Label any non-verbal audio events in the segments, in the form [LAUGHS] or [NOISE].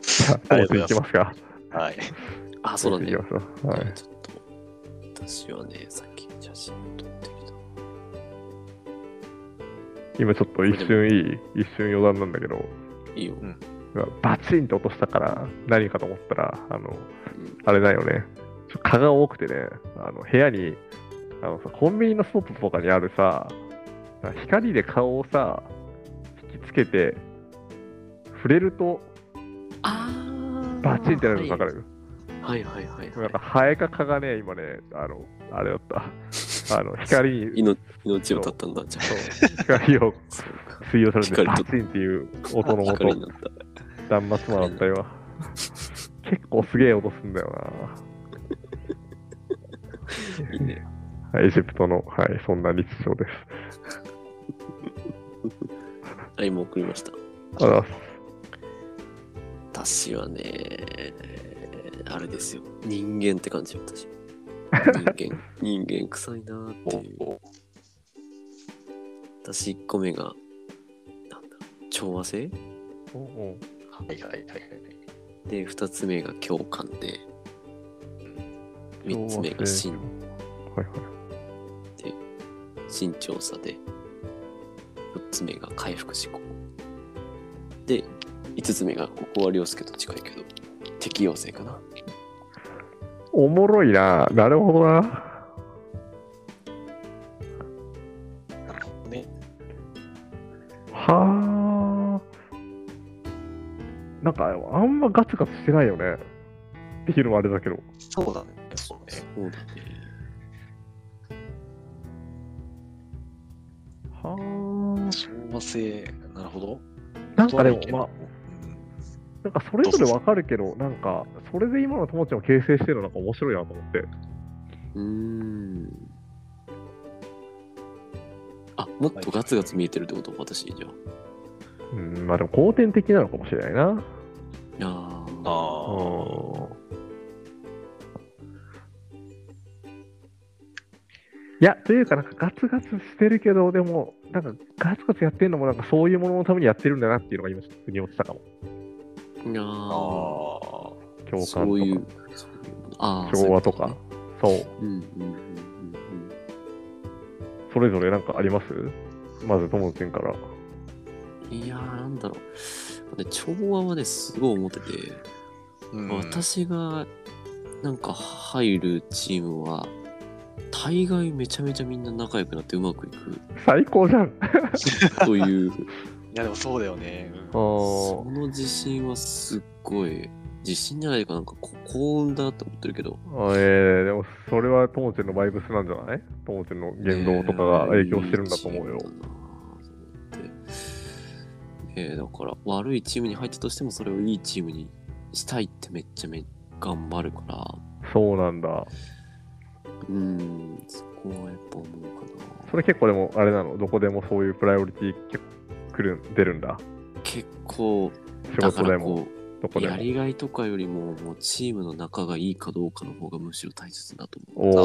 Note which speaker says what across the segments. Speaker 1: さあ、
Speaker 2: あり
Speaker 1: コ
Speaker 2: が
Speaker 1: ースい
Speaker 2: とうござい
Speaker 1: き
Speaker 2: ま
Speaker 1: ますか。
Speaker 2: はい。
Speaker 3: あ、そうだね。
Speaker 1: 行きましょうはい。
Speaker 3: ちょっと、私はね、さっき写真撮ってきた。
Speaker 1: 今ちょっと一瞬いい、一瞬余談なんだけど、
Speaker 3: いいよ。
Speaker 1: バチンと落としたから何かと思ったら、あの
Speaker 3: ん、
Speaker 1: あれだよね。ちょ蚊が多くてね、あの部屋に、あのさコンビニの外とかにあるさ、光で顔をさ、引きつけて、触れると
Speaker 3: あー
Speaker 1: バチンってなるの分か。る。
Speaker 3: はいはいはいはい
Speaker 1: なん
Speaker 3: は
Speaker 1: かハエか蚊がね、今ね、あの、あれだった。あの、光
Speaker 3: [LAUGHS]
Speaker 1: に、
Speaker 3: い。命命を絶ったんだ、じゃあ。
Speaker 1: そう光を
Speaker 3: そうか。
Speaker 1: 水用されて
Speaker 3: 光
Speaker 1: バ
Speaker 3: と
Speaker 1: チンっていう音のもと
Speaker 3: 光になった。
Speaker 1: 断末魔だったよ。結構すげえ音すんだよ
Speaker 3: いいね。
Speaker 1: な。エジプトの、はい、そんな日常です。
Speaker 3: はい、もう送りました。
Speaker 1: あら、
Speaker 3: 私はね、あれですよ。人間って感じよ、私。
Speaker 1: [LAUGHS]
Speaker 3: 人間、人間臭いなーっていう。私1個目が、なんだ、調和性
Speaker 1: おお
Speaker 2: はいはいはいはい。
Speaker 3: で、2つ目が共感で、3つ目が
Speaker 1: 昭
Speaker 3: 身
Speaker 1: 和はいはい。
Speaker 3: 慎重さで、4つ目が回復思考。で、5つ目が、ここは凌介と近いけど、適応性かな。
Speaker 1: おもろいな。なるほどな。
Speaker 2: なるほどね。
Speaker 1: はあ。なんか、あんまガツガツしてないよね。っていうのもあれだけど。
Speaker 2: そうだね。そうね。
Speaker 3: そうだね。
Speaker 1: はあ。
Speaker 2: 調和性、なるほど。
Speaker 1: なんかでも
Speaker 2: とは言え、
Speaker 1: まあ、なんかそれぞれわかるけど、なんか、それで今の友ちゃんを形成してるのなんか面白いなと思って。
Speaker 3: うーん。あ、もっとガツガツ見えてるってこと私じゃ
Speaker 1: うん、まあでも、後天的なのかもしれないな。
Speaker 3: あ。いやー
Speaker 2: あ
Speaker 1: いや、というか、なんかガツガツしてるけど、でも、なんかガツガツやってるのも、なんかそういうもののためにやってるんだなっていうのが今、ちょっと腑に落ちたかも。
Speaker 3: い
Speaker 2: あ。
Speaker 3: やー
Speaker 2: あ
Speaker 1: 共
Speaker 3: そ
Speaker 1: 感
Speaker 3: ういう
Speaker 1: と、
Speaker 3: そういうものあー
Speaker 1: か、調和とか。、そう、
Speaker 3: そういうことねうんうんうん
Speaker 1: それぞれなんかありますまず、ともちんから。
Speaker 3: うんうん。いやー、なんだろう。で調和はね、すごい思ってて、
Speaker 2: うん。
Speaker 3: 私がなんか入るチームは、大概めちゃめちゃみんな仲良くなってうまくいく
Speaker 1: 最高じゃん。
Speaker 2: [LAUGHS]
Speaker 3: とい
Speaker 2: い
Speaker 3: う、
Speaker 2: やでもそうだよね。うん
Speaker 3: その自信はすっごい、自信じゃないかなんかこ幸運だと思ってるけど、
Speaker 1: えー、でも、それはともちんのバイブスなんじゃないともちんの言動とかが影響してるんだと思うよ。
Speaker 3: えー、だから悪いチームに入ったとしてもそれをいいチームにしたいってめっちゃめ頑張るから
Speaker 1: そうなんだ。
Speaker 3: うーんそこはやっぱ思うかな
Speaker 1: それ結構でも、あれなの、どこでもそういうプライオリティ結構来る出るんだ。
Speaker 3: 結構
Speaker 1: 仕
Speaker 3: だか
Speaker 1: 事で
Speaker 3: ら
Speaker 1: も、
Speaker 3: こ
Speaker 1: どこ
Speaker 3: う
Speaker 1: で
Speaker 3: や
Speaker 1: も。
Speaker 3: りがいとかよりももうチームの仲がいいかどうかの方がむしろ大切だと思う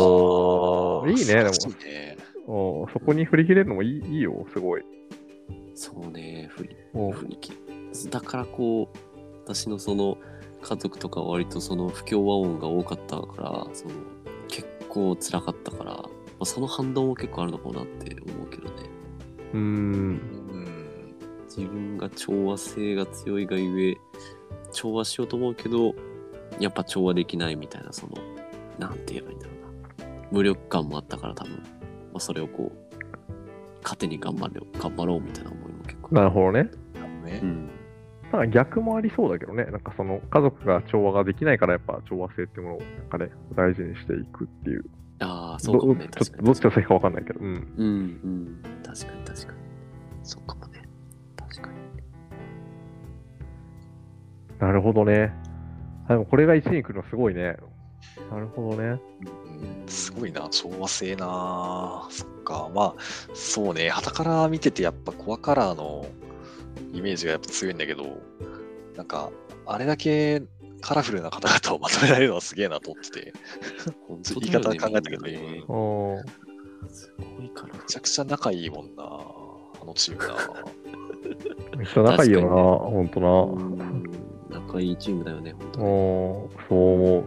Speaker 1: おーいいね、でも
Speaker 2: そうね。
Speaker 1: おーそこに振り切れるのもいいいいよ、すごい。
Speaker 3: そうね振り
Speaker 1: お
Speaker 3: 振り切るだからこう私のその家族とかは割とその不協和音が多かったからその結構辛かったから、まあ、その反動も結構あるのかなって思うけどね
Speaker 1: うーん。
Speaker 2: うん。
Speaker 3: 自分が調和性が強いがゆえ調和しようと思うけどやっぱ調和できないみたいなそのなんて言えばいいんだろうな無力感もあったから多分、まあ、それをこう糧に頑張れ頑張ろうみたいな思いも結構
Speaker 1: なるほどね。
Speaker 2: ね
Speaker 3: う。ん
Speaker 1: ただ逆もありそうだけどね、なんかその家族が調和ができないから、やっぱ調和性ってものをなんか、ね、大事にしていくっていう。
Speaker 3: ああそうかもね
Speaker 1: どちょっ
Speaker 3: 確か
Speaker 1: と
Speaker 3: に
Speaker 1: どっちが先かわかんないけど。うん。
Speaker 3: うんうん確かに確かにそうかもね確かに
Speaker 1: なるほどね。あでもこれが1位に来るのすごいね。なるほどね。
Speaker 2: うんすごいな、調和性な。そっか、まあ、そうね、はたから見てて、やっぱコアカラーのイメージがやっぱ強いんだけど、なんか、あれだけカラフルな方々をまとめられるのはすげえなと思ってて、
Speaker 3: 本
Speaker 2: 言い方考えたけど
Speaker 3: ね
Speaker 2: 今
Speaker 1: おー
Speaker 3: すごいから
Speaker 2: めちゃくちゃ仲いいもんな、あのチームな。
Speaker 1: めっちゃ仲いいよな、
Speaker 3: 確
Speaker 1: ほんとな。
Speaker 3: うん仲いいチームだよね本当に
Speaker 1: おーそう思